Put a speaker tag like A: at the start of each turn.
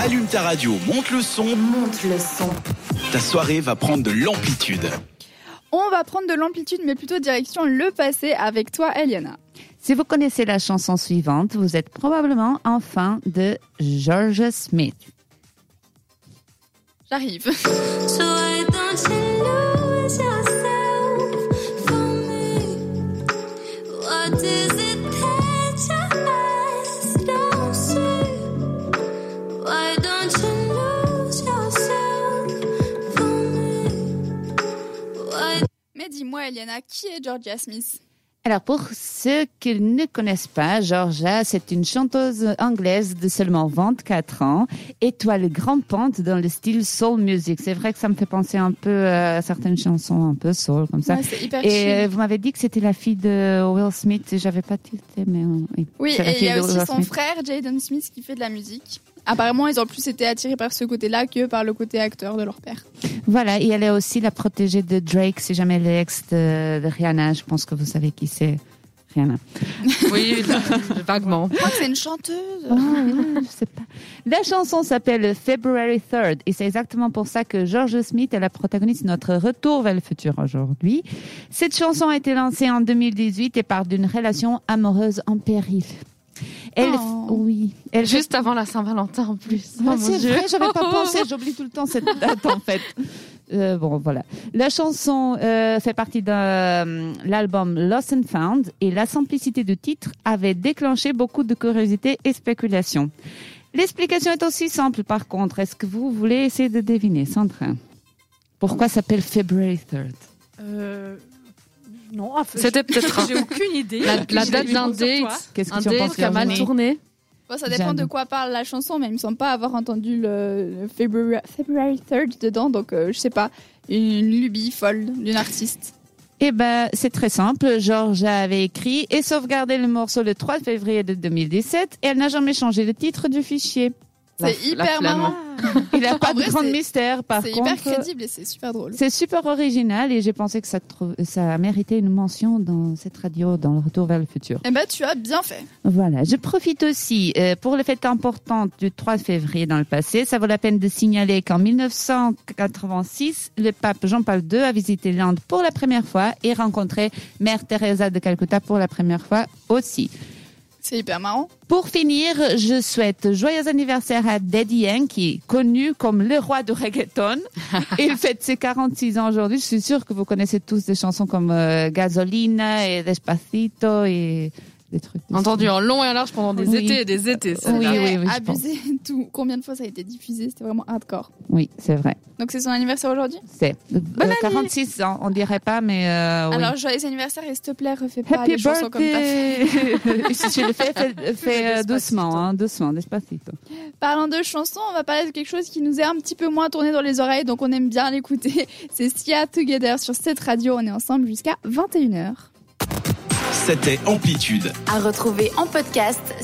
A: allume ta radio, monte le son,
B: Monte le son.
A: ta soirée va prendre de l'amplitude.
C: On va prendre de l'amplitude, mais plutôt direction le passé avec toi, Eliana.
D: Si vous connaissez la chanson suivante, vous êtes probablement enfant de George Smith.
C: J'arrive.
E: So why don't you lose yourself for me? What is it that your eyes don't see? Why don't you lose yourself for me? Why
C: Mais dis-moi, Eliana, qui est Georgia Smith
D: Alors pour ceux qui ne connaissent pas, Georgia, c'est une chanteuse anglaise de seulement 24 ans, étoile grimpante dans le style soul music. C'est vrai que ça me fait penser un peu euh, à certaines chansons un peu soul comme ça.
C: Ouais, C'est hyper
D: Et euh,
C: chill.
D: vous m'avez dit que c'était la fille de Will Smith, j'avais pas tilté, mais euh, oui.
C: Oui,
D: c'est la
C: et il y
D: fille
C: a
D: de
C: aussi
D: Will
C: son
D: Smith.
C: frère, Jaden Smith, qui fait de la musique. Apparemment, ils ont plus été attirés par ce côté-là que par le côté acteur de leur père.
D: Voilà, et elle est aussi la protégée de Drake, si jamais l'ex de, de Rihanna, je pense que vous savez qui c'est. Rihanna.
F: Oui, vaguement.
C: Je crois que c'est une chanteuse.
D: Ah, ouais, je sais pas. La chanson s'appelle February 3rd et c'est exactement pour ça que George Smith est la protagoniste de notre retour vers le futur aujourd'hui. Cette chanson a été lancée en 2018 et parle d'une relation amoureuse en péril. Elle,
C: Oh.
D: oui, elle
F: Juste avant la Saint-Valentin en plus.
D: Ah,
F: Oh, mon
D: c'est
F: Dieu.
D: vrai, j'avais pas pensé, j'oublie tout le temps cette date en fait. Euh, bon, voilà. La chanson euh, fait partie de l'album Lost and Found et la simplicité du titre avait déclenché beaucoup de curiosité et spéculation. L'explication est aussi simple par contre. Est-ce que vous voulez essayer de deviner, Sandra Pourquoi s'appelle February 3rd
G: Euh, non, ah, je-
F: C'était peut-être
G: j'ai aucune idée.
F: la, la
G: J'ai
F: date
G: vu
F: d'un
G: sur toi.
F: date.
D: Qu'est-ce que
F: Un
D: tu en
F: date
D: penses,
F: qui a mal
D: Virginie
F: tourné.
C: Bon, ça dépend
D: Jeanne.
C: de quoi parle la chanson, mais il me semble pas avoir entendu le, le February, February 3rd dedans, donc euh, je sais pas, une lubie folle d'une artiste.
D: Eh ben, c'est très simple. Georgia avait écrit et sauvegardé le morceau le 3 février de 2017 et elle n'a jamais changé le titre du fichier.
F: La-
C: C'est
F: la
C: hyper
F: flamme.
C: marrant,
D: Il n'y a pas
C: vrai,
D: de grand
C: c'est-
D: mystère, par
C: c'est
D: contre.
C: hyper crédible et c'est super drôle.
D: C'est super original et j'ai pensé que ça, trou- ça méritait une mention dans cette radio, dans le retour vers le futur.
C: Eh ben, tu as bien fait.
D: Voilà, je profite aussi euh, pour les fêtes importantes du 3 février dans le passé. Ça vaut la peine de signaler qu'en 1986, le pape Jean-Paul II a visité l'Inde pour la première fois et rencontré Mère Teresa de Calcutta pour la première fois aussi.
C: C'est hyper marrant.
D: Pour finir, je souhaite joyeux anniversaire à Daddy Yankee, connu comme le roi du reggaeton. Il fête ses 46 ans aujourd'hui. Je suis sûre que vous connaissez tous des chansons comme euh, Gasolina et Despacito et des trucs. de ce
F: Entendu
D: genre.
F: en long et en large pendant des
D: Oui.
F: étés et des étés.
D: Oui,
F: celle-là.
C: Et
D: oui, oui, je
C: Abusé tout. Combien de fois ça a été diffusé C'était vraiment hardcore.
D: Oui, c'est vrai.
C: Donc c'est son anniversaire aujourd'hui
D: C'est euh, 46 ans, on dirait pas, mais euh, oui.
C: Alors joyeux anniversaire et s'il te plaît refais pas
D: Happy
C: les chansons comme t'as fait.
D: birthday! je le fais, fais, fais, euh, doucement, hein, doucement, Despacito.
C: Parlant de chansons, on va parler de quelque chose qui nous est un petit peu moins tourné dans les oreilles, donc on aime bien l'écouter. C'est Sia Together sur cette radio. On est ensemble jusqu'à 21h.
A: C'était Amplitude.
B: À retrouver en podcast